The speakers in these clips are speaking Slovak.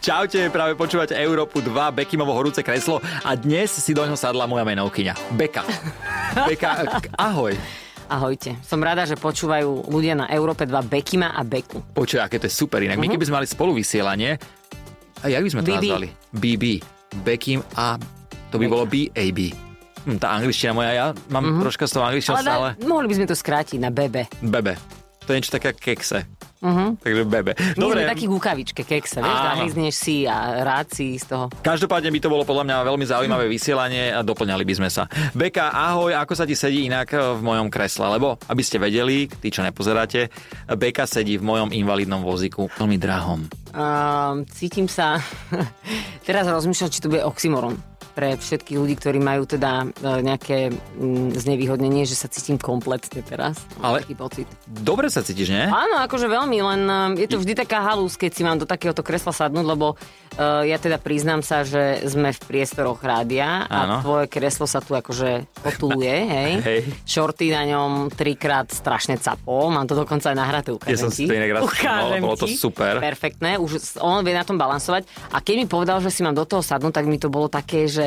Čaute, práve počúvate Európu 2, Bekimovo horúce kreslo a dnes si do ňoho sadla moja menovkyňa, Beka. Beka, k- ahoj. Ahojte. Som rada, že počúvajú ľudia na Európe 2 Bekima a Beku. Počuj, aké to je super inak. My keby sme mali spolu vysielanie, a jak by sme to BB. nazvali? BB. Bekim a to by bolo BAB. Hm, tá angličtina moja, ja mám troška z toho angličtina Ale, stále. ale mohli by sme to skrátiť na bebe. Bebe. To je niečo také ako kekse. Uh-huh. Takže bebe. My Dobre, sme takí gukavičke, kekse, vieš, Áno. zahryzneš si a rád si z toho. každopádne by to bolo podľa mňa veľmi zaujímavé vysielanie a doplňali by sme sa. Beka, ahoj, ako sa ti sedí inak eh, v mojom kresle? Lebo, aby ste vedeli, tí, čo nepozeráte, Beka sedí v mojom invalidnom voziku, veľmi drahom. Um, cítim sa... Teraz rozmýšľam, či to bude oxymoron pre všetkých ľudí, ktorí majú teda e, nejaké mm, znevýhodnenie, že sa cítim kompletne teraz. Mám Ale- Taký pocit. Dobre sa cítiš, nie? Áno, akože veľmi, len um, je to vždy taká halúz, keď si mám do takéhoto kresla sadnúť, lebo uh, ja teda priznám sa, že sme v priestoroch rádia Áno. a tvoje kreslo sa tu akože potuluje, hej. Hej. Šorty na ňom trikrát strašne capol, mám to dokonca aj nahraté, ukážem Ja som si ti. to inak raz Ukážem všimol, bolo to ti. super. Perfektné, už s- on vie na tom balansovať a keď mi povedal, že si mám do toho sadnúť, tak mi to bolo také, že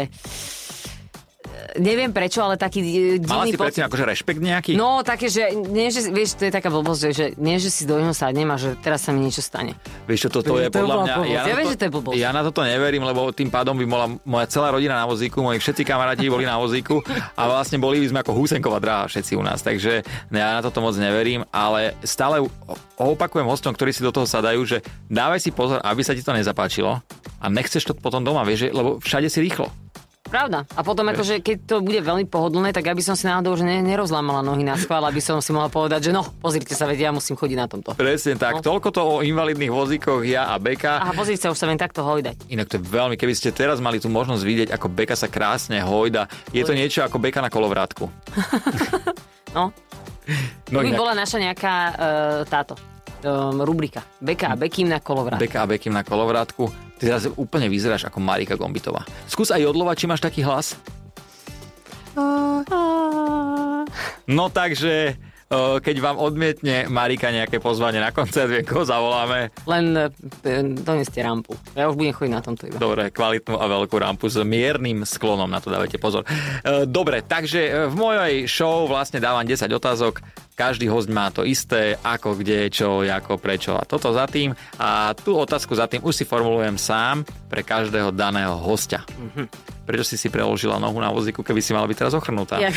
eh, neviem prečo, ale taký eh, Mala divný si pocit. predtým akože rešpekt nejaký? No, také, že, nie, že, vieš, to je taká blbosť, že, že nie, že si do neho sadnem a že teraz sa mi niečo stane. Vieš čo, toto je To je podľa bola mňa... blbosť. Ja na viem, že to je blbosť. ja na toto neverím, lebo tým pádom by bola moja celá rodina na vozíku, moji všetci kamaráti boli na vozíku a vlastne boli by sme ako húsenková dráha všetci u nás. Takže ja na toto moc neverím, ale stále o- opakujem hostom, ktorí si do toho sadajú, že dávaj si pozor, aby sa ti to nezapáčilo a nechceš to potom doma, vieš, že- lebo všade si rýchlo. Pravda. A potom akože, keď to bude veľmi pohodlné, tak aby som si náhodou už ne, nerozlámala nohy na schvál, aby som si mohla povedať, že no, pozrite sa, vedia, ja musím chodiť na tomto. Presne tak, No. toľko to o invalidných vozíkoch ja a Beka. Aha, pozrite sa, už sa viem takto hojdať. Inak to je veľmi, keby ste teraz mali tú možnosť vidieť, ako Beka sa krásne hojda. Je to niečo ako Beka na kolovrátku. No, No to by inak, bola naša nejaká uh, táto um, rubrika. Beka a Bekým na kolovrat. Beka a Bekim na kolovrátku. Ty teraz úplne vyzeráš ako Marika Gombitová. Skús aj odlovať, či máš taký hlas. No takže, e, keď vám odmietne Marika nejaké pozvanie na koncert, viem, koho zavoláme. Len uh, doneste rampu. Ja už budem chodiť na tomto iba. Dobre, kvalitnú a veľkú rampu s miernym sklonom, na to dávajte pozor. E, Dobre, takže e, v mojej show vlastne dávam 10 otázok, každý host má to isté, ako, kde, čo, ako, prečo a toto za tým. A tú otázku za tým už si formulujem sám pre každého daného hostia. Prečo si si preložila nohu na vozíku, keby si mala byť teraz ochrnutá? Ja...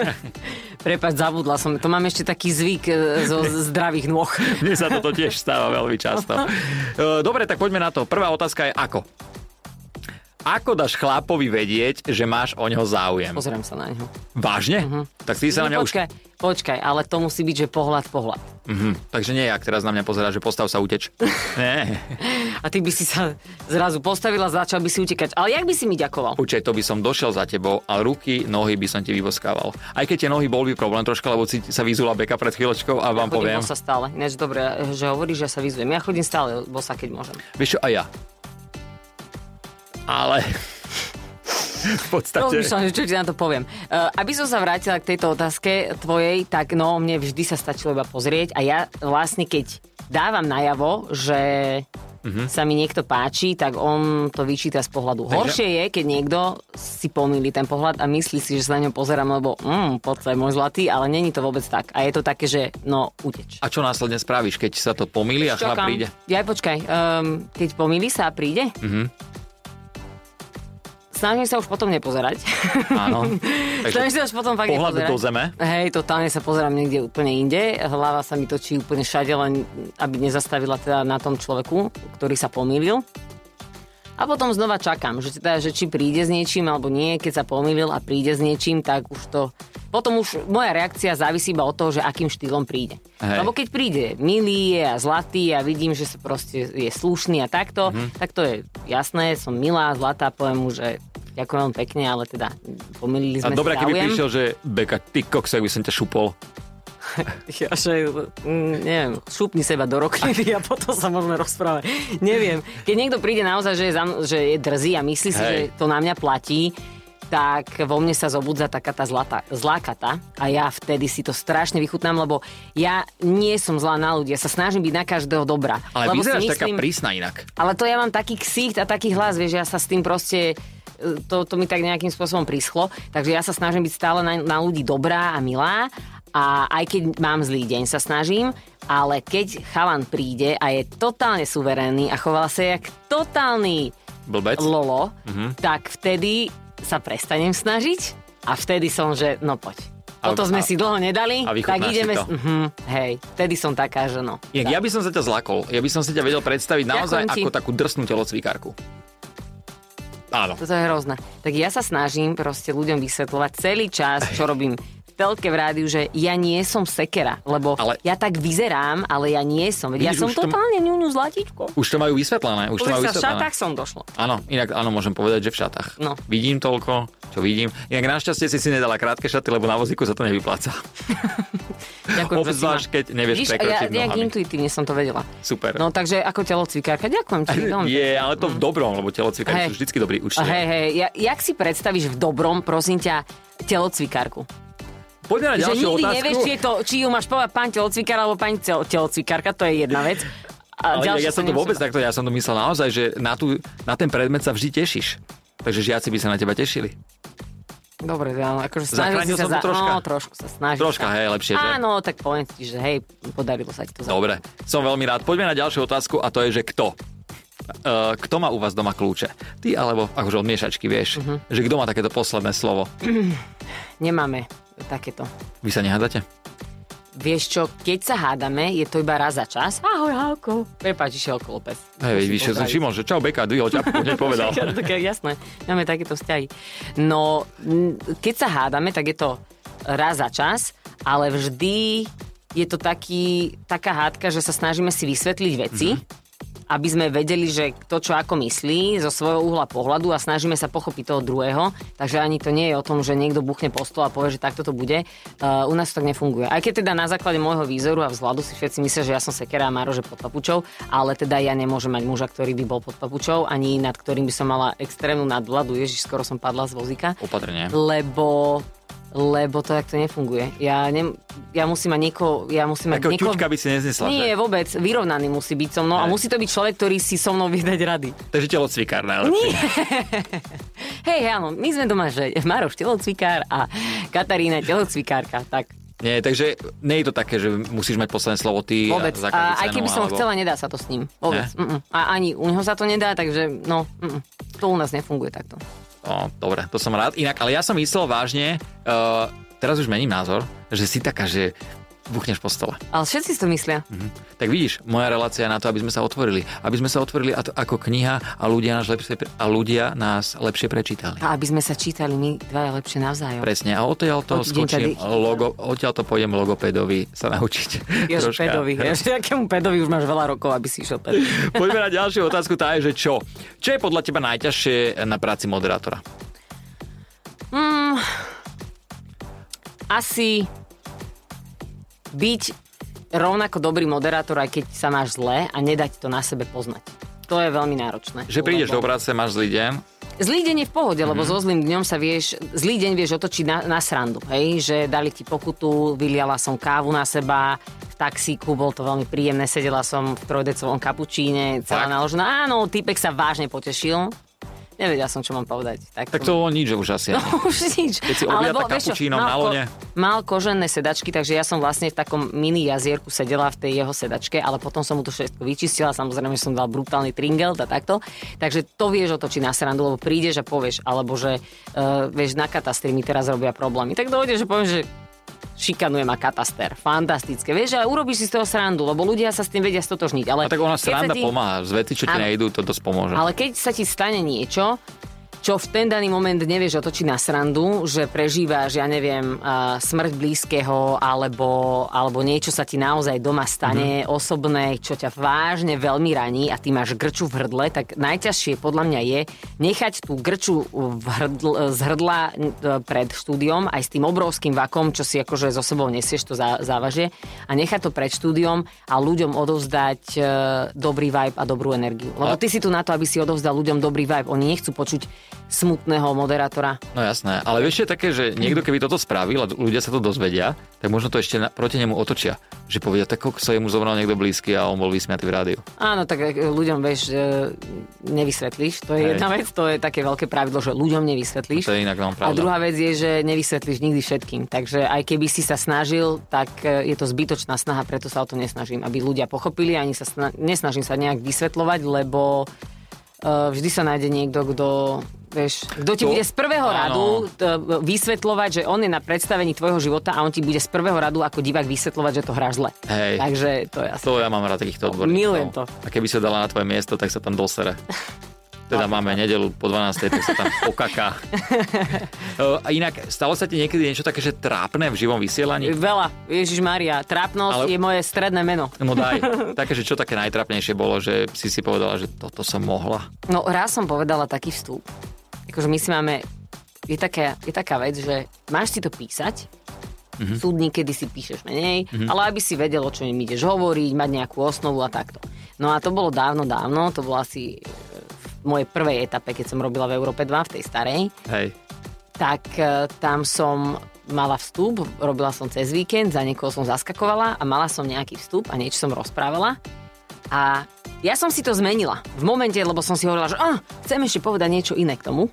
Prepač, zabudla som. To mám ešte taký zvyk e, zo zdravých nôh. Mne sa toto tiež stáva veľmi často. E, Dobre, tak poďme na to. Prvá otázka je ako? Ako dáš chlápovi vedieť, že máš o ňo záujem? Pozerám sa na neho. Vážne? Uh-huh. Tak ty sa na mňa už... Mhm. počkaj, počkaj, ale to musí byť, že pohľad, pohľad. Uh-huh. Takže nie, ak teraz na mňa pozerá, že postav sa uteč. nie, A ty by si sa zrazu postavila, začal by si utekať. Ale jak by si mi ďakoval? určite to by som došiel za tebou, ale ruky, nohy by som ti vyboskával. Aj keď tie nohy boli problém troška, lebo si sa vyzula beka pred chvíľočkou a vám Chodím poviem. bosa stále. Ináč dobre, že hovoríš, že ja sa vyzujem. Ja chodím stále bosa, keď môžem. Vieš čo, aj ja. Ale... v podstate... Rozmýšľam, že čo ti na to poviem. Uh, aby som sa vrátila k tejto otázke tvojej, tak no, mne vždy sa stačilo iba pozrieť a ja vlastne, keď dávam najavo, že Mhm. mm-hmm. sa mi niekto páči, tak on to vyčíta z pohľadu. Takže... Horšie je, keď niekto si pomýli ten pohľad a myslí si, že sa na ňo pozerám, lebo mm, poď sa môj zlatý, ale není to vôbec tak. A je to také, že no, uteč. A čo následne spravíš, keď sa to pomýli a chlap Čakám. príde? Ja počkaj, um, keď pomýli sa a príde, Mhm. mm-hmm. snažím sa už potom nepozerať. Áno. Takže Takže sa už potom fakt pohľad nepozerám. do zeme. Hej, totálne sa pozerám niekde úplne inde. Hlava sa mi točí úplne všade, len aby nezastavila teda na tom človeku, ktorý sa pomýlil. A potom znova čakám, že, teda, že či príde s niečím alebo nie. Keď sa pomýlil a príde s niečím, tak už to... Potom už moja reakcia závisí iba od toho, že akým štýlom príde. Hej. Lebo keď príde milý je a zlatý a vidím, že sa proste je slušný a takto, Mhm. mm-hmm. tak to je jasné, som milá, zlatá, poviem mu, že ďakujem veľmi pekne, ale teda pomýlili A sme dobre, si keby záujem. prišiel, že Beka, ty koksa, by som ťa šupol. Ja, že, mm, neviem, šupni seba do rokliny a potom sa môžeme rozprávať. Neviem. Keď niekto príde naozaj, že je, za, mn- že je drzý a myslí si, Hej. že to na mňa platí, tak vo mne sa zobudza taká tá zlata, zlákata a ja vtedy si to strašne vychutnám, lebo ja nie som zlá na ľudia, ja sa snažím byť na každého dobrá. Ale lebo si vyzeráš taká prísna inak. Ale to ja mám taký ksicht a taký hlas, vieš, ja sa s tým proste e, to, to mi tak nejakým spôsobom prischlo, takže ja sa snažím byť stále na, na ľudí dobrá a milá a aj keď mám zlý deň, sa snažím, ale keď chalan príde a je totálne suverénny a choval sa jak totálny Blbec. lolo, mm-hmm. Mhm. tak vtedy sa prestanem snažiť a vtedy som, že no poď. A- Toto a- sme si dlho nedali, a vychutnáš tak si ideme... to. Uh-huh, hej, vtedy som taká, že no. Inak ja by som sa ťa zlakol. Ja by som si ťa vedel predstaviť naozaj Ďakujem ti. ako takú drsnú telocvikárku. Áno. Toto je hrozné. Tak ja sa snažím proste ľuďom vysvetľovať celý čas, čo robím v telke, v rádiu, že ja nie som sekera, lebo Ale- ale... ja tak vyzerám, ale ja nie som. Veď ja Vidíš, som už to- totálne to... ňuňu zlatičko. Už to majú vysvetlené. Už, to majú Už sa v vysvetlené. šatách som došla. Áno, inak áno, môžem povedať, že v šatách. No. Vidím toľko, čo vidím. Inak našťastie si si nedala krátke šaty, lebo na vozíku sa to nevypláca. Ďakujem, že si Obzvlášť, ma- keď nevieš Vidíš, prekročiť ja nejak nohami. intuitívne som to vedela. Super. No takže ako telocvikárka, ďakujem ti. veľmi Je, pekne. ale to v dobrom, lebo telocvikári Hej. sú vždycky dobrí A účtovia. Hej, hej, ja, jak si predstavíš v dobrom, prosím ťa, telocvikárku? Poďme na Že ďalšiu nikdy otázku. nevieš, či, je to, či ju máš povedať pán telocvikár alebo pani tel- telocvikárka, to je jedna vec. A Ale ja, ja ďalšia sa som to nemusím vôbec bať. takto, ja som to myslel naozaj, že na, tú, na ten predmet sa vždy tešíš. Takže žiaci by sa na teba tešili. Dobre, áno, akože snažil Zachránil si som sa to za- troška. No, trošku sa snažil. Troška, hej, lepšie, že? No. Áno, tak poviem ti, že hej, podarilo sa ti to. za- Dobre, som veľmi rád. Poďme na ďalšiu otázku a to je, že kto? Uh, kto má u vás doma kľúče? Ty alebo akože od miešačky, vieš, Mhm. že kto má takéto posledné slovo? Nemáme takéto. Vy sa nehádate? Vieš čo, keď sa hádame, je to iba raz za čas. Ahoj, Halko. Prepáč, išiel okolo pes. Hej, veď, víš, ja som Šimon, že čau, Beka, dvihol ťapku, hneď povedal. tak, jasné, máme takéto vzťahy. No, m, keď sa hádame, tak je to raz za čas, ale vždy je to taký, taká hádka, že sa snažíme si vysvetliť veci, Mhm. mm-hmm. aby sme vedeli, že kto čo ako myslí zo svojho uhla pohľadu a snažíme sa pochopiť toho druhého. Takže ani to nie je o tom, že niekto buchne po stôl a povie, že takto to bude. Uh, u nás to tak nefunguje. Aj keď teda na základe môjho výzoru a vzhľadu si všetci myslia, že ja som sekera a Maro, že pod papučou, ale teda ja nemôžem mať muža, ktorý by bol pod papučou, ani nad ktorým by som mala extrémnu nadvladu. Ježiš, skoro som padla z vozíka Opatrne. lebo lebo to takto nefunguje. Ja, ne, ja musím mať niekoho... Ja musím mať Takého niekoho ťučka by si neznesla, Nie, že? vôbec. Vyrovnaný musí byť so mnou a Hej. musí to byť človek, ktorý si so mnou vie dať rady. Takže telocvikár najlepšie. Hej, hej, áno, my sme doma, že Maroš telocvikár a Katarína telocvikárka, tak Nie, takže nie je to také, že musíš mať posledné slovo ty. vôbec. za každú A, aj cenu, keby som alebo... chcela, nedá sa to s ním. Vôbec. Ne? Mm, mm. A ani u neho sa to nedá, takže no, mm, mm. to u nás nefunguje takto. O, dobre, to som rád. Inak, ale ja som myslel vážne, uh, teraz už mením názor, že si taká, že buchneš po stole. Ale všetci si to myslia. Mhm. Hm? Tak vidíš, moja relácia je na to, aby sme sa otvorili. Aby sme sa otvorili a to ako kniha a ľudia nás lepšie, pre- a ľudia nás lepšie prečítali. A aby sme sa čítali my dvaja lepšie navzájom. Presne, a odtiaľ to Od deň skočím, tady- logo, odtiaľ to pôjdem logopedovi sa naučiť. Ježiš, troška. pedovi. Ježiš, akému pedovi už máš veľa rokov, aby si išiel pedovi. Poďme na ďalšiu otázku, tá je, že čo? Čo je podľa teba najťažšie na práci moderátora? Mm, asi byť rovnako dobrý moderátor, aj keď sa máš zle a nedať to na sebe poznať. To je veľmi náročné. Že prídeš do Mhm. Lebo- práce, máš zlý deň, Zlý deň je v pohode, lebo so zlým dňom sa vieš, zlý deň vieš otočiť na, na srandu, hej, že dali ti pokutu, vyliala som kávu na seba, v taxíku, bol to veľmi príjemné, sedela som v trojdecovom kapučíne, celá Fakt? naložená. Áno, typek sa vážne potešil. Nevedela som, čo mám povedať. Tak, tak to bolo nič že už asi. ani. už nič. Keď si objata kapučínom mal na ko- lone. Mal kožené sedačky, takže ja som vlastne v takom mini jazierku sedela v tej jeho sedačke, ale potom som mu to všetko vyčistila, samozrejme že som dal brutálny tringel a takto. Takže to vieš otočiť na srandu, lebo prídeš a povieš, alebo že uh, vieš, na katastri mi teraz robia problémy. Tak dojde, že poviem, že šikanuje ma kataster. Fantastické. Vieš, a urobíš si z toho srandu, lebo ľudia sa s tým vedia stotožniť. Ale A tak ona keď sa sranda ti- pomáha, z veci, čo ti Áno. nejdú, to dosť pomôže. ale keď sa ti stane niečo, čo v ten daný moment nevieš otočiť na srandu, že prežíváš, ja neviem, a, smrť blízkeho alebo, alebo niečo sa ti naozaj doma stane, mm-hmm. osobné, čo ťa vážne veľmi raní a ty máš grču v hrdle, tak najťažšie podľa mňa je nechať tú grču v hrdl, z hrdla e, pred štúdiom aj s tým obrovským vakom, čo si akože so sebou nesieš, to zá, závažie a nechať to pred štúdiom a ľuďom odovzdať e, dobrý vibe a dobrú energiu. Lebo A- ty si tu na to, aby si odovzdal ľuďom dobrý vibe. Oni nechcú počuť smutného moderátora. No jasné, ale vieš, čo je také, že niekto keby toto spravil a ľudia sa to dozvedia, tak možno to ešte na, proti nemu otočia. Že povedia, tak sa jemu zobral niekto blízky a on bol vysmiatý v rádiu. Áno, tak e, ľuďom, vieš, e, nevysvetlíš. To je Hej. jedna vec, to je také veľké pravidlo, že ľuďom nevysvetlíš. To je inak nám A pravda. druhá vec je, že nevysvetlíš nikdy všetkým. Takže aj keby si sa snažil, tak e, je to zbytočná snaha, preto sa o to nesnažím, aby ľudia pochopili, ani sa sna- nesnažím sa nejak vysvetľovať, lebo e, vždy sa nájde niekto, kto Vieš, kto ti To- bude z prvého áno. radu t- vysvetľovať, že on je na predstavení tvojho života a on ti bude z prvého radu ako divák vysvetľovať, že to hráš zle. Hej. Takže to je asi. To ja mám rád takýchto odborníkov. milujem to. A keby sa dala na tvoje miesto, tak sa tam dosere. Teda máme nedelu po 12. tak sa tam pokaká. E, A inak, stalo sa ti niekedy niečo také, že trápne v živom vysielaní? Veľa. Ježiš Maria, Ale- trápnosť je moje stredné meno. No daj. Také, že čo také najtrapnejšie bolo, že si si povedala, že toto som mohla. No raz som povedala taký vstup. Akože my si máme, je taká, je taká vec, že máš si to písať, mm-hmm. súdni, kedy si píšeš menej, mm-hmm. ale aby si vedel, o čom im ideš hovoriť, mať nejakú osnovu a takto. No a to bolo dávno, dávno, to bolo asi e, v mojej prvej etape, keď som robila v Európe 2, v tej starej Hej. tak e, tam som mala vstup, robila som cez víkend, za niekoho som zaskakovala a mala som nejaký vstup a niečo som rozprávala. A ja som si to zmenila v momente, lebo som si hovorila, že ah, chcem ešte povedať niečo iné k tomu.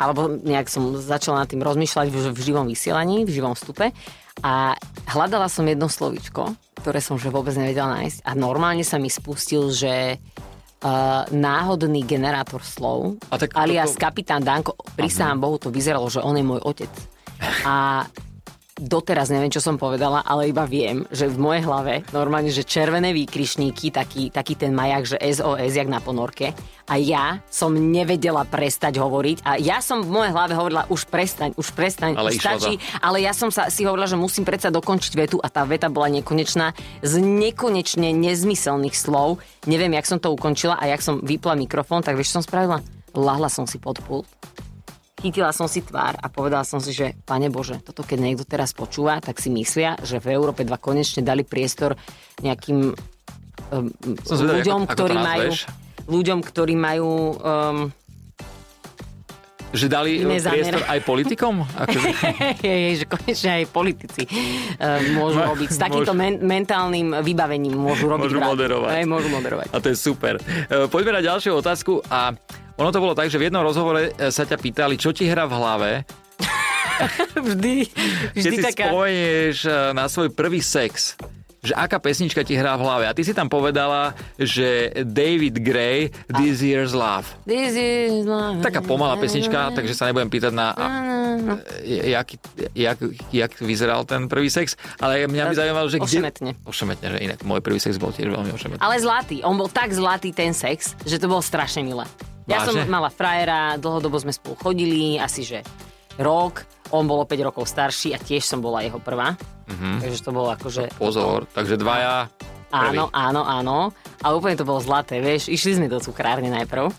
Alebo nejak som začala nad tým rozmýšľať v, v živom vysielaní, v živom vstupe. A hľadala som jedno slovičko, ktoré som že vôbec nevedela nájsť. A normálne sa mi spustil, že Uh, náhodný generátor slov, A tak alias toto- kapitán Danko, prisahám Bohu, to vyzeralo, že on je môj otec. A doteraz neviem, čo som povedala, ale iba viem, že v mojej hlave normálne, že červené výkrišníky, taký, taký ten majak, že SOS, jak na ponorke. A ja som nevedela prestať hovoriť. A ja som v mojej hlave hovorila, už prestaň, už prestaň, Ale išla už stačí. Ale ja som sa si hovorila, že musím predsa dokončiť vetu a tá veta bola nekonečná z nekonečne nezmyselných slov. Neviem, jak som to ukončila a jak som vypla mikrofón, tak vieš, čo som spravila? Lahla som si pod pult chytila som si tvár a povedala som si, že pane Bože, toto keď niekto teraz počúva, tak si myslia, že v Európe 2 konečne dali priestor nejakým um, Som zvedavý, ako- ľuďom, ako to ktorí majú nazveš. ľuďom, ktorí majú um, Že dali e, Iné zámery. priestor aj politikom? Akože, je, že konečne aj politici um, môžu Ma- robiť s takýmto môžu. men- mentálnym vybavením môžu robiť Môžu rádio. moderovať. Aj, môžu moderovať. A to je super. E, Poďme na ďalšiu otázku a ono to bolo tak, že v jednom rozhovore e, sa ťa pýtali, čo ti hra v hlave, Vždy, keď vždy si taká... spomenieš e, na svoj prvý sex že aká pesnička ti hrá v hlave. A ty si tam povedala, že David Gray, This Year's Love. This is my- Taká pomalá pesnička, takže sa nebudem pýtať na, a, e, jak, jak, jak vyzeral ten prvý sex, ale mňa by zaujímalo, že kde... E, Ošemetne. Ošemetne, že inak môj prvý sex bol tiež veľmi ošemetný. Ale zlatý, on bol tak zlatý ten sex, že to bolo strašne milé. Ja som Vážne? mala frajera, dlhodobo sme spolu chodili, asi že rok, on bol o 5 rokov starší a tiež som bola jeho prvá. Takže to bolo akože... Pozor, takže dvaja... prvý. Áno, áno, áno. A úplne to bolo zlaté, vieš. Išli sme do cukrárne najprv.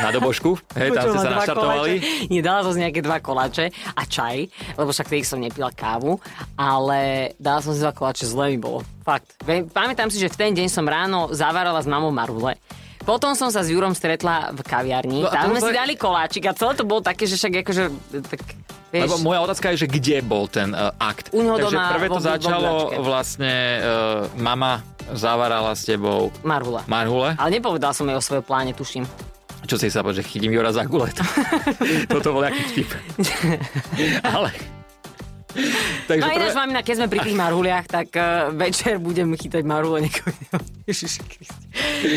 Na dobožku, hej, tam ste Počula sa dva naštartovali. koláče. Nie, dala som si nejaké dva koláče a čaj, lebo však tých som nepila kávu, ale dala som si dva koláče, zle mi bolo. Fakt. Viem- Pamätám si, že v ten deň som ráno zavarala s mamou Marule. Potom som sa s Jurom stretla v kaviarni, No no, a tam to sme bolo si tak- dali koláčik a celé to bolo také, že však akože, tak, vieš, Lebo moja otázka je, že kde bol ten uh, akt. U neho Takže doma prvé to vo- vo začalo oblačke. vlastne uh, mama zavarala s tebou Marula. Marhule. Ale nepovedal som jej o svojom pláne, tuším. Čo si sa povedať, že chytím Jura za gulet. Toto bol nejaký vtip. Ale... Takže No prvé... ináč, mamina, keď sme pri tých maruliach, tak uh, večer budem chytať marule niekoho iného. Ježiši Kriste.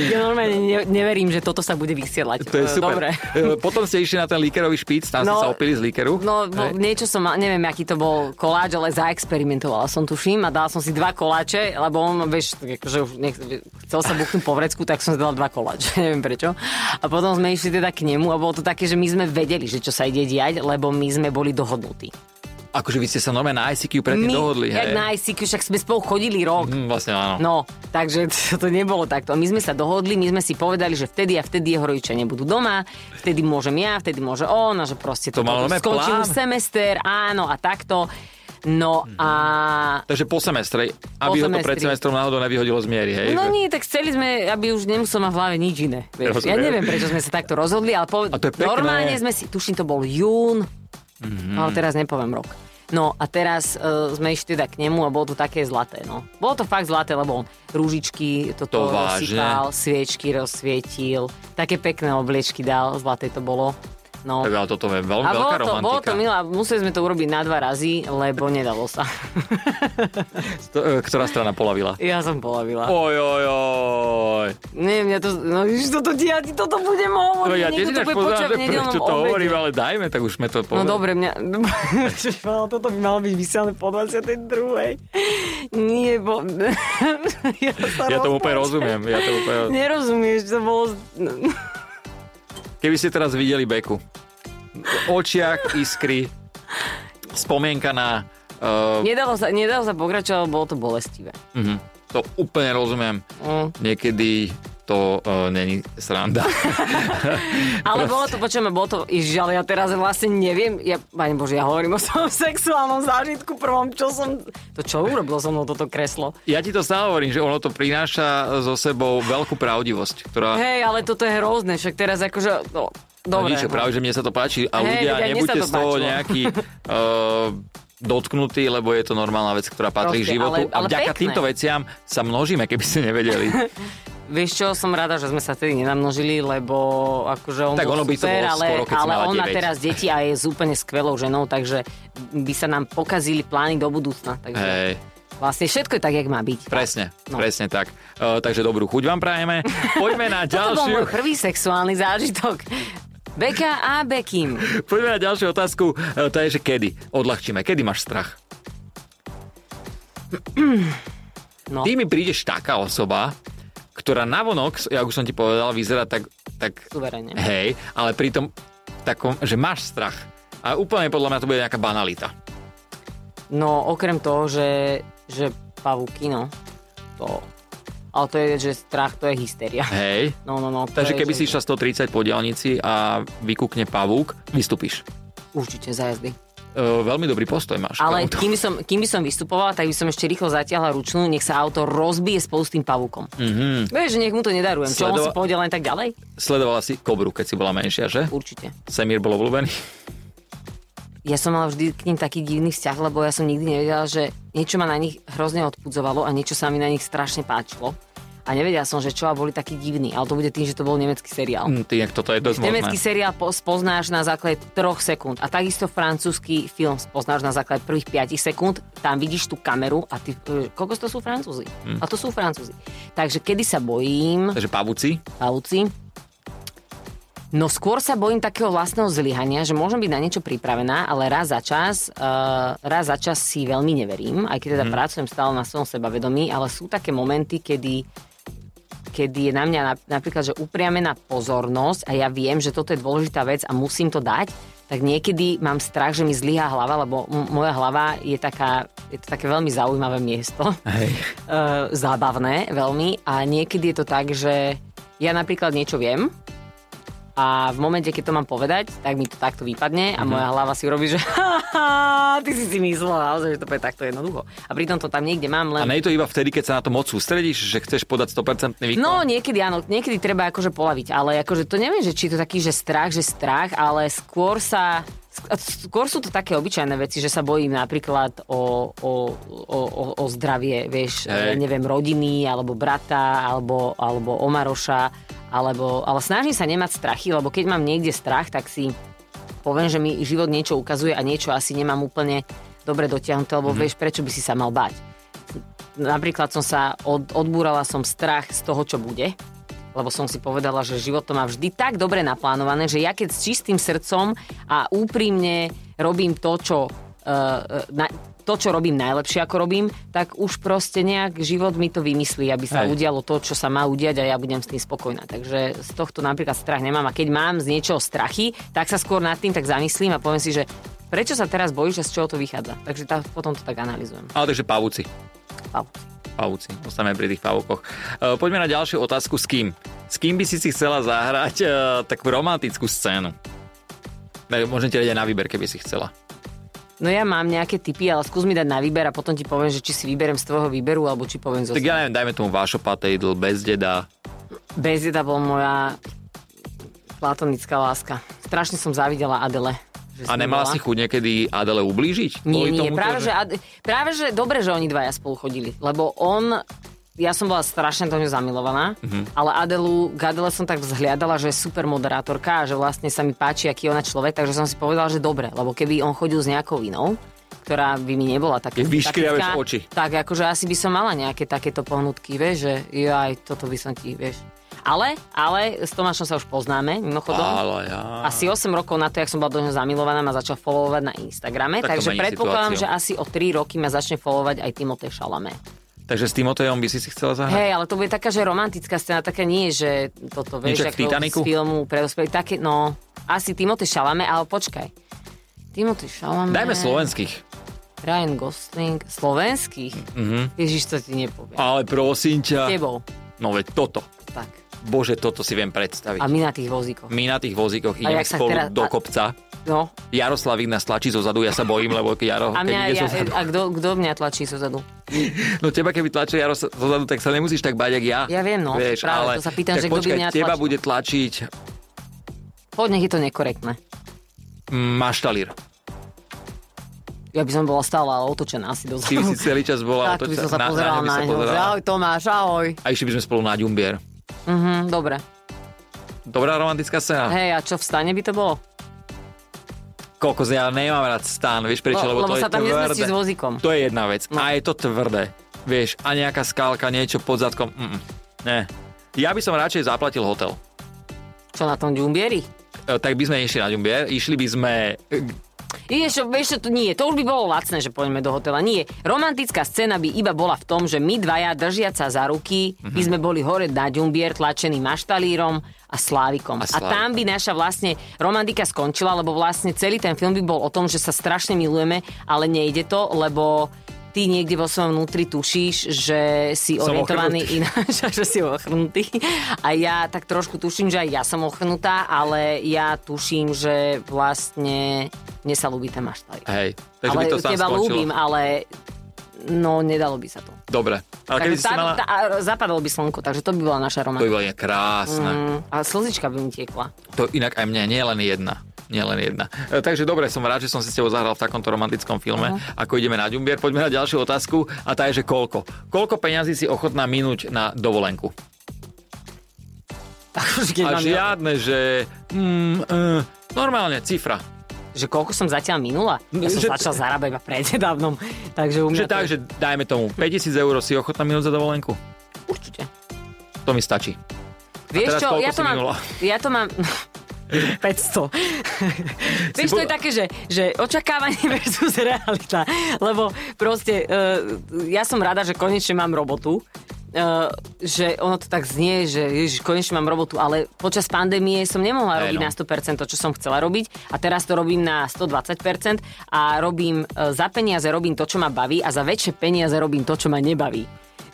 Ja normálne ne- neverím, že toto sa bude vysielať. To je Eh, super. Dobre. E, Potom ste išli na ten líkerový špic, tam ste No, sa opili z líkeru. No, bo, Hej. niečo som, mal- neviem, aký to bol koláč, ale zaexperimentovala som, tuším, a dala som si dva koláče, lebo on, vieš, tak akože už nech, chcel sa buchnúť po vrecku, tak som si dala dva koláče, neviem prečo. A potom sme išli teda k nemu a bolo to také, že my sme vedeli, že čo sa ide diať, lebo my sme boli dohodnutí. Akože vy ste sa normálne na ICQ predtým my, dohodli, jak hej. na ICQ, však sme spolu chodili rok. Hm, Vlastne áno. No, takže to, to nebolo takto. My sme sa dohodli, my sme si povedali, že vtedy a vtedy jeho rodičia nebudú doma, vvtedy môžem ja, vtedy môže on a že proste To to, mal normálne skončil plán? už semester, áno a takto. No a... Takže po semestre, aby ho to semestri. pred semestrom náhodou nevyhodilo z miery, hej? No nie, tak chceli sme, aby už nemusel mať v hlave nič iné. Vieš. Ja Rozumiem. neviem, prečo sme sa takto rozhodli, ale po... A to je pekné. Mhm. normálne sme si, tuším, to bol jún, mm-hmm. ale teraz nepoviem rok. No a teraz uh, sme išli teda k nemu a bolo to také zlaté, no. Bolo to fakt zlaté, lebo on rúžičky toto To vážne? rozsypal, sviečky rozsvietil, také pekné obliečky dal, zlaté to bolo. No. Tak, ale Teda toto je veľmi A veľká bolo to, romantika. bolo to milé, a museli sme to urobiť na dva razy, lebo nedalo sa. To, e, Ktorá strana polavila? ja som polavila. Oj, oj, oj. Nie, mňa to... No, vidíš, toto ti, ja ti toto budem hovoriť. No ja tiež niekto to ináč bude pozerám, počuť že v prečo nedelnom to obede. hovorím, ale dajme, tak už sme to No povedali. dobre, mňa... Čo, malo, toto by malo byť vysielané po 22. Nie, bo... ja sa Ja tomu úplne rozplačem. rozumiem. Ja tomu úplne... Nerozumieš, to bolo... Keby ste teraz videli Beku. Očiak, iskry, spomienka na... Uh, Nedalo sa, nedalo sa pokračovať, lebo bolo to bolestivé. uh, to úplne rozumiem. Mm. Niekedy to uh, není sranda. Ale bolo to, počujeme, bolo to, ježiš, ale ja teraz vlastne neviem, ja, Pane Bože, ja hovorím o svojom sexuálnom zážitku prvom, čo som, to čo urobilo so mnou toto kreslo. Ja ti to stále hovorím, že ono to prináša so sebou veľkú pravdivosť, ktorá... Hej, ale toto je hrozné, však teraz akože, no, No dobre. nič, práve, že mne sa to páči a Hej, ľudia, veď aj mne nebuďte sa z to toho páčilo. nejaký uh, dotknutí, lebo je to normálna vec, ktorá patrí Proste, k životu. a ale- ale vďaka pekné. týmto veciam sa množíme, keby ste nevedeli. Vieš čo, som rada, že sme sa tedy nenamnožili, lebo akože on Tak bol ono by to super, bolo ale, skoro, keď si ale mala 9. ona teraz deti a je s úplne skvelou ženou, takže by sa nám pokazili plány do budúcna. Takže Hej, vlastne všetko je tak, jak má byť. presne, No. presne tak. Uh, takže dobrú chuť vám prajeme. Poďme na Toto bol môj ďalšiu, prvý sexuálny zážitok. Beka a Bekim. poďme na ďalšiu otázku. Uh, to je, že kedy? Odľahčíme. Kedy máš strach? No. Ty mi prídeš taká osoba, ktorá navonok, ja už som ti povedal, vyzerá tak, tak Suverene. hej, ale pritom v takom, že máš strach. A úplne podľa mňa to bude nejaká banalita. No, okrem toho, že, že pavúky, no, to... Ale to je, že strach, to je hysteria. Hej. No, no, no. to Takže je, keby že... si išla 130 po diálnici a vykúkne pavúk, vystúpiš. Určite za E, jazdy. veľmi dobrý postoj máš. k Ale tomuto. kým by, som, kým by som vystupovala, tak by som ešte rýchlo zatiahla ručnú, nech sa auto rozbije spolu s tým pavúkom. Mm-hmm. Vieš, že nech mu to nedarujem. Čo, on Sledova- si pôjde len tak ďalej? Sledovala si Kobru, keď si bola menšia, že? Určite. Semír bol obľúbený. Ja som mala vždy k ním taký divný vzťah, lebo ja som nikdy nevedela, že niečo ma na nich hrozne odpudzovalo a niečo sa mi na nich strašne páčilo. A nevedela som, že čo a boli takí divní. Ale to bude tým, že to bol nemecký seriál. Hm, Ty, inak toto je dosť možné. Nemecký seriál po- spoznáš na základe 3 sekúnd a takisto francúzsky film spoznáš na základe prvých 5 sekúnd. Tam vidíš tú kameru a ty... e, Koľko to sú francúzi? A to sú francúzi. Takže kedy sa bojím, Takže pavúci, Pauci? No skôr sa bojím takého vlastného zlyhania, že môžem byť na niečo pripravená, ale raz za čas, uh, raz za čas si veľmi neverím, aj keď teda mm. pracujem stále na svojom sebavedomí, ale sú také momenty, kedy kedy je na mňa nap- napríklad, že upriamená pozornosť a ja viem, že toto je dôležitá vec a musím to dať, tak niekedy mám strach, že mi zlyhá hlava, lebo m- moja hlava je taká, je to také veľmi zaujímavé miesto. Hej. Eh, zábavné veľmi a niekedy je to tak, že ja napríklad niečo viem a v momente, keď to mám povedať, tak mi to takto vypadne a moja hlava si urobí, že "Haha, ty si si myslela naozaj, že to bude takto jednoducho. A pritom to tam niekde mám A len... nie je to iba vtedy, keď sa na to moc sústredíš, že chceš podať 100% výkon? No, niekedy áno, niekedy treba akože polaviť, ale akože to neviem, že či je to taký, že strach, že strach, ale skôr sa skôr sú to také obyčajné veci, že sa bojím napríklad o, o, o, o, o zdravie, vieš, Hej. ja neviem, rodiny, alebo brata, alebo, alebo Omaroša, alebo, ale snažím sa nemať strachy, lebo keď mám niekde strach, tak si poviem, že mi život niečo ukazuje a niečo asi nemám úplne dobre dotiahnuté, lebo mm. vieš, prečo by si sa mal báť. Napríklad som sa, od, odbúrala som strach z toho, čo bude, lebo som si povedala, že život to má vždy tak dobre naplánované, že ja keď s čistým srdcom a úprimne robím to, čo e, e, na, to, čo robím najlepšie, ako robím, tak už proste nejak život mi to vymyslí, aby sa Hej. udialo to, čo sa má udiať a ja budem s tým spokojná. Takže z tohto napríklad strach nemám a keď mám z niečoho strachy, tak sa skôr nad tým tak zamyslím a poviem si, že prečo sa teraz bojíš a z čoho to vychádza. Takže tá, potom to tak analizujem. Ale takže pavúci. Pau. Pavúci. Ostaneme pri tých pavúkoch. E, poďme na ďalšiu otázku. S kým? S kým by si si chcela zahrať e, takú romantickú scénu? Ne, Môžem ti dať aj na výber, keby si chcela. No ja mám nejaké typy, ale skús mi dať na výber a potom ti poviem, že či si vyberem z tvojho výberu, alebo či poviem zo Tak ja neviem, dajme tomu vášho patejdl, bez deda. Bezjeda bol moja platonická láska. Strašne som závidela Adele. že A som nemala bola. si chuť niekedy Adele ublížiť? Nie, Kvôli nie, tomuto, práve že, Ad- práve že dobre, že oni dvaja spolu chodili, lebo on, ja som bola strašne do ňu zamilovaná, Mhm. ale Adelu, k Adele som tak vzhliadala, že je super moderátorka a že vlastne sa mi páči, aký je ona človek, takže som si povedala, že dobre, lebo keby on chodil s nejakou inou, ktorá by mi nebola taká... Je vyškriavé sympatická, v oči. Tak, akože asi by som mala nejaké takéto pohnutky, vieš, že aj toto by som ti, vieš. Ale, ale s Tomášom sa už poznáme, mimochodom Ale ja... asi 8 rokov na to, jak som bola do neho zamilovaná, ma začal followovať na Instagrame, Tak to takže mení predpokladám, situáciu. že asi o 3 roky ma začne followovať aj Timotej Šalamé. Takže s Timotejom by si si chcela zahrať? Hej, ale to bude taká, že romantická scéna, taká nie, že toto vieš, Niečo jak v Titaniku? z filmu pre dospelých, také, no, asi Timotej Šalamé, ale počkaj. Timotej Šalamé, Dajme slovenských. Ryan Gosling, slovenských? Mhm. Ježiš, to ti nepoviem. Ale prosím S ťa. Tebou, No veď toto. tak. Bože, toto si viem A predstaviť. my na tých vozíkoch. My na tých vozíkoch ideme jak sa spolu teraz- do a- kopca. No, Jaroslav nás tlačí zo zadu, ja sa bojím, lebo Jaro, a, mňa, keď ide ja, zo zadu, a kto, kto mňa tlačí zo zadu? no teba keby tlačil Jaro zo zadu, tak sa nemusíš tak báť, jak ja. Ja viem, no, Vieš, práve ale, to sa pýtam, tak že kto by počkaj, mňa teba tlačil. bude tlačiť Poď, nech je to nekorektné. maštalír. Ja by som bola stále ale otočená asi Ty dozadu. si celý čas bola tak by otočená- som sa pozerala by na, sa ňo. že pozerala. Ahoj Tomáš, ahoj. A išli by sme spolu na Ďumbier. Mhm, dobre. Dobrá romantická scéna. Hej, a čo v stane by to bolo? Koľko ja nemám rád stán, vieš prečo, No, lebo, to lebo sa je tam nezmestíš tvrdé. s vozíkom. To je jedna vec. No. A je to tvrdé. Vieš, a nejaká skálka, niečo pod zadkom. Mm-mm. Ne. Ja by som radšej zaplatil hotel. Čo na tom Ďumbieri? E, tak by sme išli na Ďumbier, išli by sme... e, Vieš, čo, vieš čo, to nie, to už by bolo lacné, že poďme do hotela. Nie, romantická scéna by iba bola v tom, že my dvaja držiať sa za ruky, mm-hmm. by sme boli hore na Ďumbier tlačení maštalírom a Slávikom. A A, Slávikom. tam by naša vlastne romantika skončila, lebo vlastne celý ten film by bol o tom, že sa strašne milujeme, ale nejde to, lebo ty niekde vo svojom vnútri tušíš, že si Som orientovaný ináč a že si ochrnutý. A ja tak trošku tuším, že aj ja som ochrnutá, ale ja tuším, že vlastne mne sa ľúbi ten maštalík. Hej, takže Ale by to sám teba skončilo. ľúbim, ale no nedalo by sa to. Dobre. Ale keby Takže si si tá, mala... tá, a zapadalo by slnko, takže to by bola To naša by romantika. bolo inak krásne. Mm. Mm, a slzička by mi tiekla. To inak aj mne, nie len jedna. Nie len jedna. E, takže dobre, som rád, že som si s tebou zahral v takomto romantickom filme. Uh-huh. Ako ideme na Ďumbier, poďme na ďalšiu otázku a tá je, že koľko? Koľko peňazí si ochotná minúť na dovolenku? Takže keď A mám- žiadne, že... Mm, uh, normálne, cifra. že koľko som zatiaľ minula? Ja som Že- začal zarábať iba prednedávnom, takže u mňa Že to tak, že dajme tomu 5000 eur si ochotná minúť za dovolenku. určite. To mi stačí. Vieš teraz čo, koľko ja si to, mám, minula? ja to mám... 500. Vieš, to je bola- také, že, že očakávanie versus realita. Lebo proste, uh, ja som rada, že konečne mám robotu. Uh, že ono to tak znie, že ježiš, konečne mám robotu, ale počas pandémie som nemohla Hej, robiť no. na 100% to, čo som chcela robiť a teraz to robím na 120% a robím uh, za peniaze robím to, čo ma baví a za väčšie peniaze robím to, čo ma nebaví.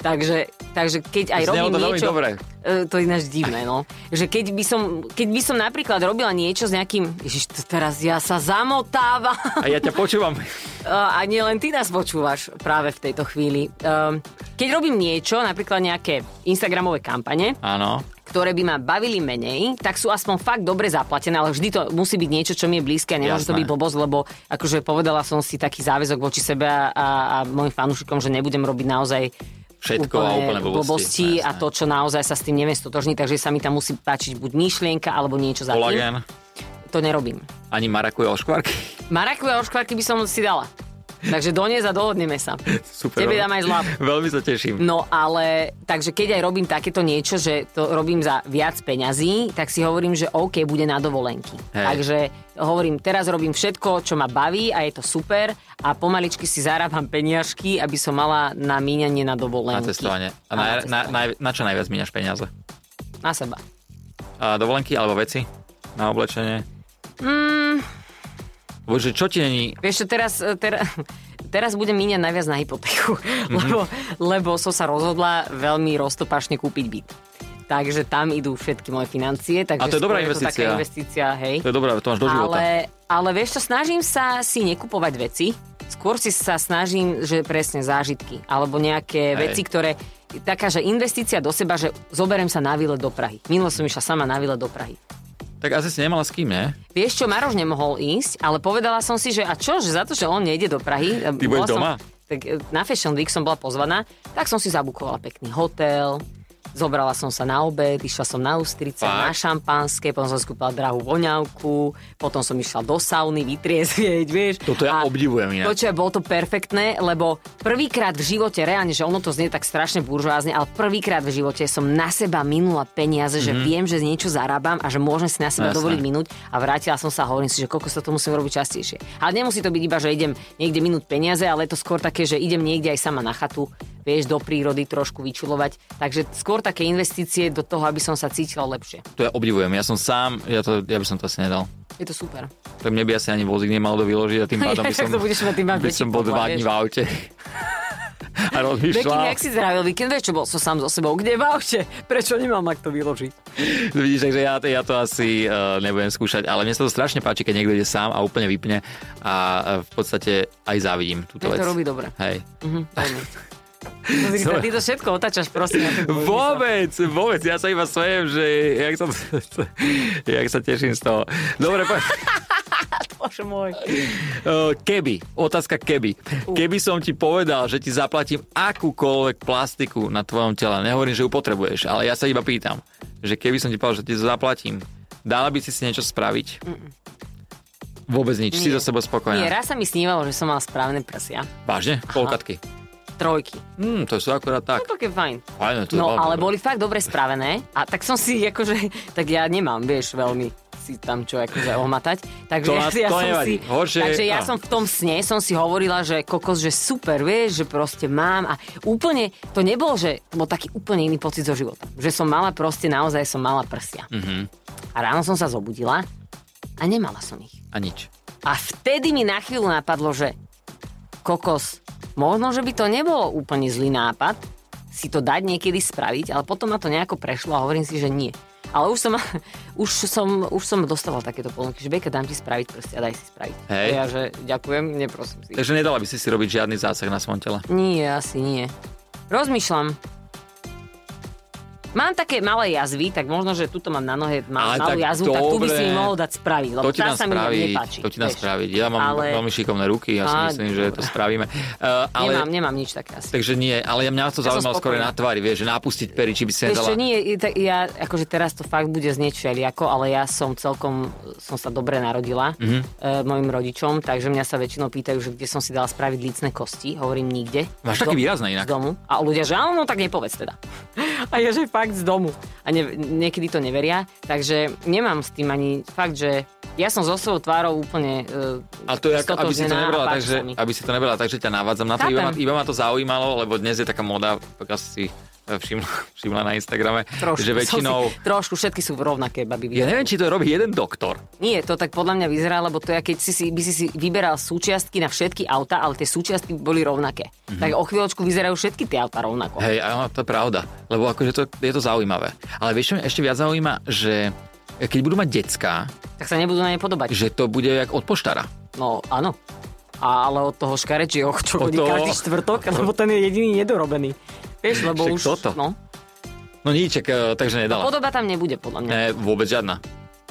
Takže, takže keď aj Znelo robím to veľmi niečo... dobre. E, to je ináč divné, no. Že keď by, som, keď by som napríklad robila niečo s nejakým... Ježiš, to teraz ja sa zamotávam. A ja ťa počúvam. E, A nielen ty nás počúvaš práve v tejto chvíli. Ehm, Keď robím niečo, napríklad nejaké Instagramové kampane, Áno. ktoré by ma bavili menej, tak sú aspoň fakt dobre zaplatené, ale vždy to musí byť niečo, čo mi je blízke a nemôže to Jasné. byť blbosť, lebo akože povedala som si taký záväzok voči sebe a, a, a mojim fanúšikom, že nebudem robiť naozaj Všetko a úplne blbosti. No, a jasné. to, čo naozaj sa s tým neviem stotožniť, takže sa mi tam musí páčiť buď myšlienka alebo niečo za tým. Kolagén. To nerobím. Ani marakuje oškvarky. Marakuje a oškvarky by som si dala. Takže donies a dohodneme sa. Super. Tebe dám aj zľavu. Veľmi sa teším. No ale, takže keď aj robím takéto niečo, že to robím za viac peňazí, tak si hovorím, že OK, bude na dovolenky. Hej. Takže hovorím, teraz robím všetko, čo ma baví a je to super a pomaličky si zarábam peniažky, aby som mala na míňanie Na na dovolenky. cestovanie. A na, A na na, na, cestovanie. na čo najviac míňaš peniaze? Na seba. A dovolenky alebo veci? Na oblečenie? Mm. Bože, čo ti není... Vieš čo, teraz, teraz, teraz budem míňať najviac Mhm. na hypotéku, lebo, lebo som sa rozhodla veľmi roztopašne kúpiť byt. takže tam idú všetky moje financie. Takže A to je dobrá skôr investícia. taká investícia, hej. To je dobré, to máš do života. Ale, ale vieš čo, snažím sa si nekupovať veci. Skôr si sa snažím, že presne zážitky. Alebo nejaké Hej. Hej. veci, ktoré... Taká, že investícia do seba, že zoberiem sa na výlet do Prahy. Minulo som išla sama na výlet do Prahy. Tak asi si nemala s kým, ne? Vieš čo, Maroš nemohol ísť, ale povedala som si, že a čo, že za to, že on nejde do Prahy. Ty budeš doma? Som, tak e, na Fashion Week som bola pozvaná, tak som si zabukovala pekný hotel, zobrala som sa na obed, išla som na ústrice, Fakt? na šampanské, potom som skúpala drahú voňavku, potom som išla do sauny vytriezvieť, vieš. Toto ja A obdivujem inak. Počuj, bolo to perfektné, lebo prvýkrát v živote, reálne, že ono to znie tak strašne buržoázne, ale prvýkrát v živote som na seba minula peniaze, že viem, že niečo zarábam a že môžem si na Mhm. seba Jasné. dovoliť minúť a vrátila som sa a hovorím si, že koľko sa to musím robiť častejšie. Ale nemusí to byť iba, že idem niekde minúť peniaze, ale je to skôr také, že idem niekde aj sama na chatu, vieš, do prírody trošku vyčulovať. Takže skôr také investície do toho, aby som sa cítila lepšie. To ja obdivujem. Ja som sám, ja, to, ja by som to asi nedal. Je to super. Tak mne by asi ani vozík nemal do vyložiť a tým pádom by Tak som, to budeš mať, tým mám by väčší som bol problém, dva dní vieš. v aute. a Beky, rozmýšľal. jak si zdravil víkend, vieš čo, bol som sám so sebou, kde v aute? Prečo nemám, ak to vyložiť? Vidíš, takže ja, ja to asi uh, nebudem skúšať, ale mne sa to strašne páči, keď niekto ide sám a úplne vypne a uh, v podstate aj závidím túto vec. Mne to robí dobre. Hej. Mhm, veľmi. Pozri sa, No, ty to všetko otáčaš, prosím. na ten tvoj výzor. Vôbec, vôbec, ja sa iba smejem, že jak sa, jak sa teším z toho. Dobre, poď. Bože môj. Eh, Keby, otázka keby. Keby som ti povedal, že ti zaplatím akúkoľvek plastiku na tvojom tele, nehovorím, že ju potrebuješ, ale ja sa iba pýtam, že keby som ti povedal, že ti zaplatím, dala by si si niečo spraviť? Vôbec nič, si Nie. so sebou spokojná. Nie, raz sa mi snívalo, že som mal správne prsia. Vážne? Polkatky. Trojky. Hm, to sú akurát tak. No to je fajn. Fajne, to je No, veľmi ale dobré. boli fakt dobre spravené. A tak som si, akože, tak ja nemám, vieš, veľmi si tam čo akože ohmatať. Takže To nás- ja, to som nevadí. si, Horšie- takže ja áno. som v tom sne som si hovorila, že kokos, že super, vieš, že proste mám a úplne to nebolo, že to bol taký úplne iný pocit zo života. Že som mala proste, naozaj som mala prsia. Mhm. A ráno som sa zobudila a nemala som ich. A nič. A vtedy mi na chvíľu napadlo, že kokos, možno, že by to nebolo úplne zlý nápad si to dať niekedy spraviť, ale potom ma to nejako prešlo a hovorím si, že nie. Ale už som, už som, už som dostala takéto ponuky, že Beka, dám ti spraviť proste a daj si spraviť. Hej. A ja, že ďakujem, neprosím si. Takže nedala by si si robiť žiadny zásah na svojom tele. Nie, asi nie. Rozmýšľam. Mám také malé jazvy, tak možno, že tuto mám na nohe Ale ma, tak malú jazvu, tak tu by si dobre. mi mohol dať spraviť, lebo To ti tá dám sa No, mi spraviť. nepáči. To ti dám vieš. spraviť. Ja mám Ale- veľmi šikovné ruky, ja si Á, myslím, že dobre. to spravíme. Uh, ale... Nemám, nemám nič také asi. Takže nie, ale ja mňa to Ja som zaujímalo skôr spokojná. na tvári, vieš, že napustiť pery, či by si Vieš čo, nedala. nie, je tak- ja, akože teraz to fakt bude znieť všelijako, ale ja som celkom, som sa dobre Mhm. narodila mm-hmm. e, mojim rodičom, takže mňa sa väčšinou pýtajú, že kde som si dala spraviť lícne kosti, hovorím nikde. Máš Z také do- výrazné inak. Z domu. A ľudia, že áno, no tak nepovedz teda. A ja, že fakt z domu. A ne, niekedy to neveria, takže nemám s tým ani fakt, že ja som so svojou tvárou úplne e, A to je ako, aby si to stotožnená a nebrala, páči takže, sa mi. aby si to nebrala, takže ťa navádzam na to. Chápem. Iba ma, iba ma to zaujímalo, lebo dnes je taká moda, pokiaľ si eh, všimla, všimla na Instagrame, Trošku, že som väčšinou... Si, trošku, všetky sú rovnaké, baby. Ja neviem, či to robí jeden doktor. Nie, to tak podľa mňa vyzerá, lebo to je, keď si, si, by si si vyberal súčiastky na všetky auta, ale tie súčiastky boli rovnaké. Mhm. Mm-hmm. Tak o chvíľočku vyzerajú všetky tie auta rovnako. Hej, áno, to je pravda. Lebo akože to, je to zaujímavé. Ale vieš, čo mňa ešte viac zaujíma, že keď budú mať decka, Tak sa nebudú na ne podobať. že to bude jak od poštára. No, áno. A, ale od toho škarečieho, čo Od chodí toho- každý štvrtok, lebo ten je jediný nedorobený. Vieš, lebo Však už... toto. No, No niček, eh, takže nedala. podoba tam nebude, podľa mňa. Ne, vôbec žiadna.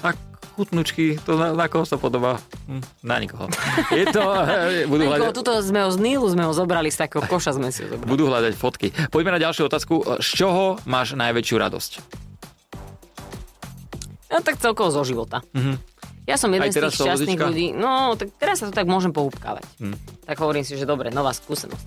A chutnučky, to na, na koho sa podobá? Hm, Na nikoho. Je to, eh, budú, Lenko, hľadať, tuto sme ho z Nílu, sme ho zobrali z takého koša, sme si ho zobrali. budú hľadať fotky. Poďme na ďalšiu otázku. Z čoho máš najväčšiu radosť? No tak celkovo zo života. Mm-hmm. Ja som jeden Mhm. Aj z teraz Mhm. tých sa šťastných vozička? ľudí. No, tak teraz sa to tak môžem poupkávať. Mm. Tak hovorím si, že dobre, nová skúsenosť.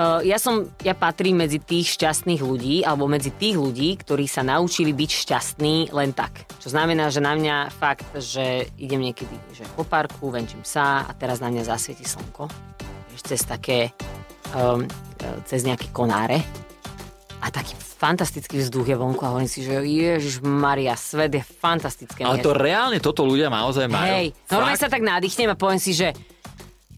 Uh, ja som, ja patrím medzi tých šťastných ľudí, alebo medzi tých ľudí, ktorí sa naučili byť šťastní len tak. Čo znamená, že na mňa fakt, že idem niekedy že po parku, venčím sa a teraz na mňa zasvieti slnko. Vieš, cez také, um, cez nejaké konáre a taký fantastický vzduch je vonku a hovorím si, že Ježiš Maria, svet je fantastické Ale to miesto. no, reálne toto ľudia naozaj majú. Hej, normálne sa tak nádychnem a poviem si, že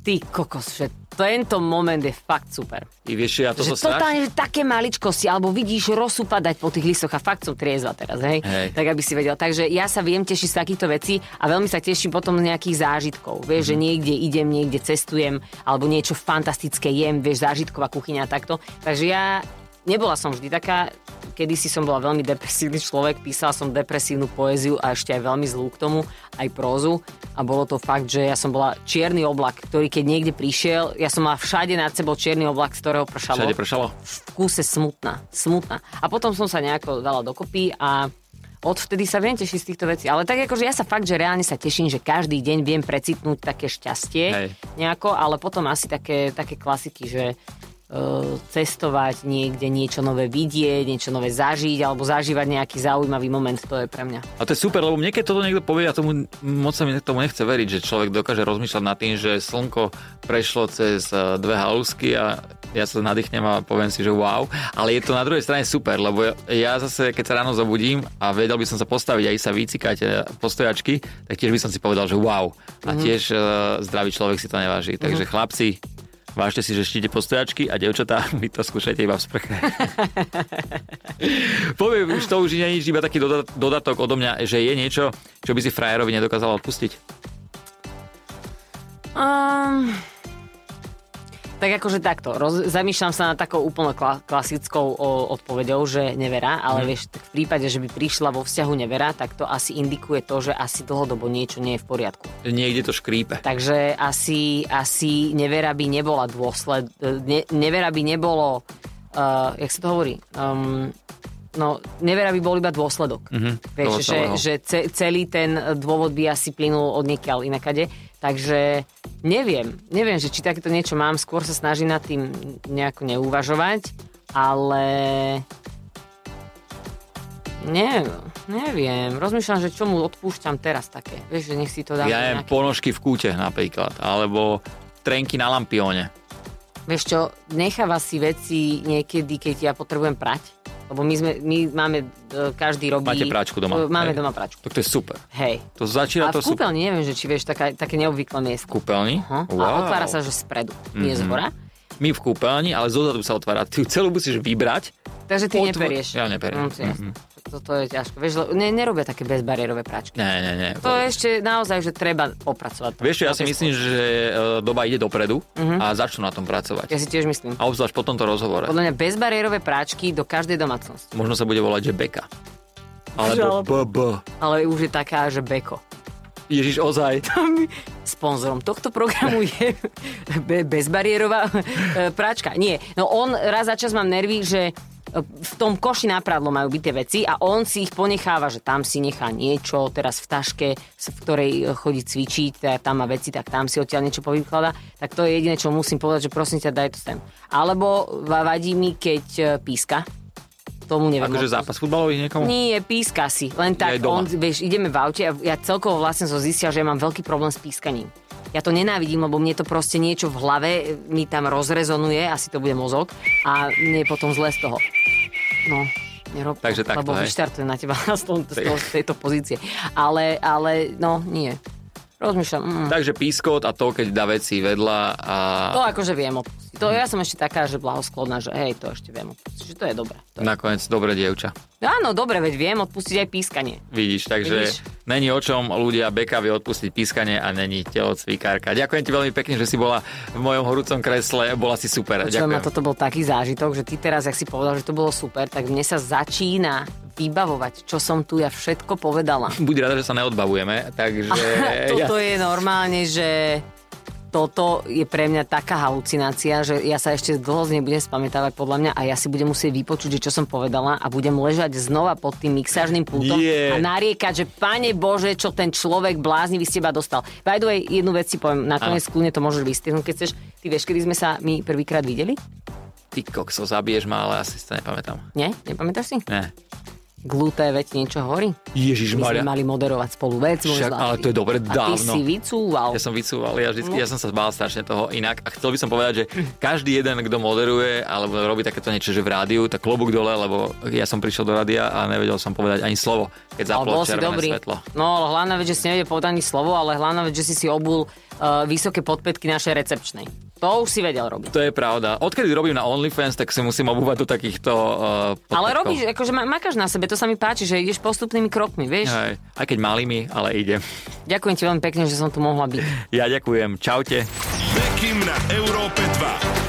ty kokos, že tento moment je fakt super. I vieš, ja to že strašne... totálne, že také maličkosti, alebo vidíš rosu padať po tých listoch a fakt som triezva teraz, hej? Hej. Tak aby si vedel. Takže ja sa viem tešiť z takýchto vecí a veľmi sa teším potom z nejakých zážitkov. Vieš, že niekde idem, niekde cestujem, alebo niečo fantastické jem, vieš, zážitková kuchyňa a takto. Takže ja nebola som vždy taká, kedy si som bola veľmi depresívny človek, písala som depresívnu poéziu a ešte aj veľmi zlú k tomu, aj prózu. A bolo to fakt, že ja som bola čierny oblak, ktorý keď niekde prišiel, ja som mala všade nad sebou čierny oblak, z ktorého pršalo Všade pršalo. v kúse smutná, smutná. A potom som sa nejako dala dokopy a odvtedy sa viem tešiť z týchto vecí. Ale tak akože ja sa fakt, že reálne sa teším, že každý deň viem precitnúť také šťastie Hej. nejako, ale potom asi také, také klasiky, že e, cestovať niekde, niečo nové vidieť, niečo nové zažiť alebo zažívať nejaký zaujímavý moment, to je pre mňa. A to je super, lebo mne keď toto niekto povie, ja tomu moc sa mi tomu nechce veriť, že človek dokáže rozmýšľať nad tým, že slnko prešlo cez eh, dve halúsky a ja sa nadýchnem a poviem si, že wow. Ale je to na druhej strane super, lebo ja- ja zase, keď sa ráno zobudím a vedel by som sa postaviť a ísť sa vycikať eh, po stojačky, tak tiež by som si povedal, že wow. A tiež eh, zdravý človek si to neváži. Takže chlapci, vážte si, že štíte postojačky a devčatá, vy to skúšajte iba v sprche. Poviem, už to už nie je nič, iba taký doda- dodatok odo mňa, že je niečo, čo by si frajerovi nedokázal odpustiť. Um, tak akože takto, roz, zamýšľam sa nad takou úplne kla, klasickou o, odpovedou, že nevera, ale vieš, tak v prípade, že by prišla vo vzťahu nevera, tak to asi indikuje to, že asi dlhodobo niečo nie je v poriadku. Niekde to škrípe. Takže asi, asi nevera by nebola dôsled... Ne, nevera by nebolo... Uh, jak sa to hovorí? Um, no, nevera by bol iba dôsledok. Mhm, Vieš, toho že, celého. že ce, celý ten dôvod by asi plynul od niekiaľ inakade. Takže neviem, neviem, že či takéto niečo mám, skôr sa snažím nad tým nejako neuvažovať, ale neviem, neviem. Rozmýšľam, že čomu odpúšťam teraz také. Vieš, že nech si to Ja dám do neviem, nejakej- ponožky v kúte napríklad, alebo trenky na lampióne. Vieš čo, necháva si veci niekedy, keď ja potrebujem prať. Lebo my, sme, my máme, e, každý robí... Máte práčku doma, E, Máme hej? doma práčku. Tak to je super. Hej. To začína a to v kúpeľni neviem, že či vieš, taká, také neobvyklé super. miesto. Kúpeľni? Aha. A otvára sa, že spredu, mm-hmm. Mhm. nie z hora. My v kúpeľni, ale zozadu sa otvára. Ty ju celú musíš vybrať. Takže ty Otvor- neperieš. Ja neperiem. Mhm. No, to je jasné. Toto je ťažko. Vieš, le- ne, nerobia také bezbariérové práčky. Ne, ne, ne. To je ešte naozaj, že treba popracovať. No. Vieš čo, ja Na si tej myslím, že e, doba ide dopredu Mhm. a začnú na tom pracovať. skôr. Ja si tiež myslím. A obzvlášť po tomto rozhovore. Podľa mňa bezbariérové práčky do každej domácnosti. Možno sa bude volať, že beka. Že Alebo ale- BB. Ale už je taká, že beko. Ježiš, ozaj. Sponzorom tohto programu je be- bezbariérová e, práčka. Nie, no on raz za čas mám nervy, že e, v tom koši na prádlo majú byť tie veci a on si ich ponecháva, že tam si nechá niečo, teraz v taške, s- v ktorej e, chodí cvičiť, teda tam má veci, tak tam si odtiaľ niečo povykladá. Tak to je jediné, čo musím povedať, že prosím ťa, daj to sem. Alebo va- vadí mi, keď e, píska. Tomu neviem. Akože odpúšť. zápas futbalových niekomu? Nie, píska si. Len Ja tak, aj doma. on, vieš, ideme v aute a ja celkovo vlastne som zistil, že ja mám veľký problém s pískaním. Ja to nenávidím, lebo mne to proste niečo v hlave e, mi tam rozrezonuje, asi to bude mozog a mne je potom zle z toho. No, nerob to, Takže takto, lebo hej. vyštartuje na teba z, tom, z, toho, z tejto pozície. Ale, ale, no, nie. Rozmýšľam. Mm. Takže pískot a to, keď dá veci vedľa a... To akože viem odpustiť. To ja som ešte taká, že blahosklodná, že hej, to ešte viem odpustiť, že to je dobré. To je... Nakoniec, dobre, dievča. No áno, dobre, veď viem odpustiť aj pískanie. Vidíš, takže Vidíš? není o čom ľudia beka vie odpustiť pískanie a není telocvikárka. Ďakujem ti veľmi pekne, že si bola v mojom horúcom kresle, bola si super. Počujem, Ďakujem. ma toto bol taký zážitok, že ty teraz, jak si povedal, že to bolo super, tak mne sa začína vybavovať, čo som tu ja všetko povedala. Buď rada, že sa neodbavujeme, takže... toto je normálne, že toto je pre mňa taká halucinácia, že ja sa ešte dlho z nej budem spamätávať podľa mňa a ja si budem musieť vypočuť, že čo som povedala a budem ležať znova pod tým mixážnym pultom Nie. a nariekať, že pane Bože, čo ten človek bláznivý z teba dostal. By the way, jednu vec si poviem, nakoniec kľudne to môžeš vystrihnúť, keď chceš. Ty vieš, kedy sme sa my prvýkrát videli? Ty kokso, zabiješ ma, ale asi si to nepamätám. Nie? Nepamätáš si? Ne. Gluté veď niečo hovorí. Ježiš My Maria. sme mali moderovať spolu vec, môj Však, zlatý. ale to je dobre, A ty dávno. si vycúval. Ja som vycúval, ja, vždycky, ja som sa bál strašne toho inak a chcel by som povedať, že každý jeden, kto moderuje alebo robí takéto niečo, že v rádiu, tak klobúk dole, lebo ja som prišiel do rádia a nevedel som povedať ani slovo, keď ale zaplo bol si červené dobrý. svetlo. No, ale hlavná vec, že si nevedel povedať ani slovo, ale hlavná vec, že si si obul uh, vysoké podpätky eh, našej recepčnej. To už si vedel robiť. To je pravda. Odkedy robím na OnlyFans, tak si musím obúvať do takýchto uh, Ale robíš, akože ma- makáš na sebe, to sa mi páči, že ideš postupnými krokmi, vieš. Aj, aj keď malými, ale idem. Ďakujem ti veľmi pekne, že som tu mohla byť. Ja ďakujem. Čaute. Bekim na Európe 2.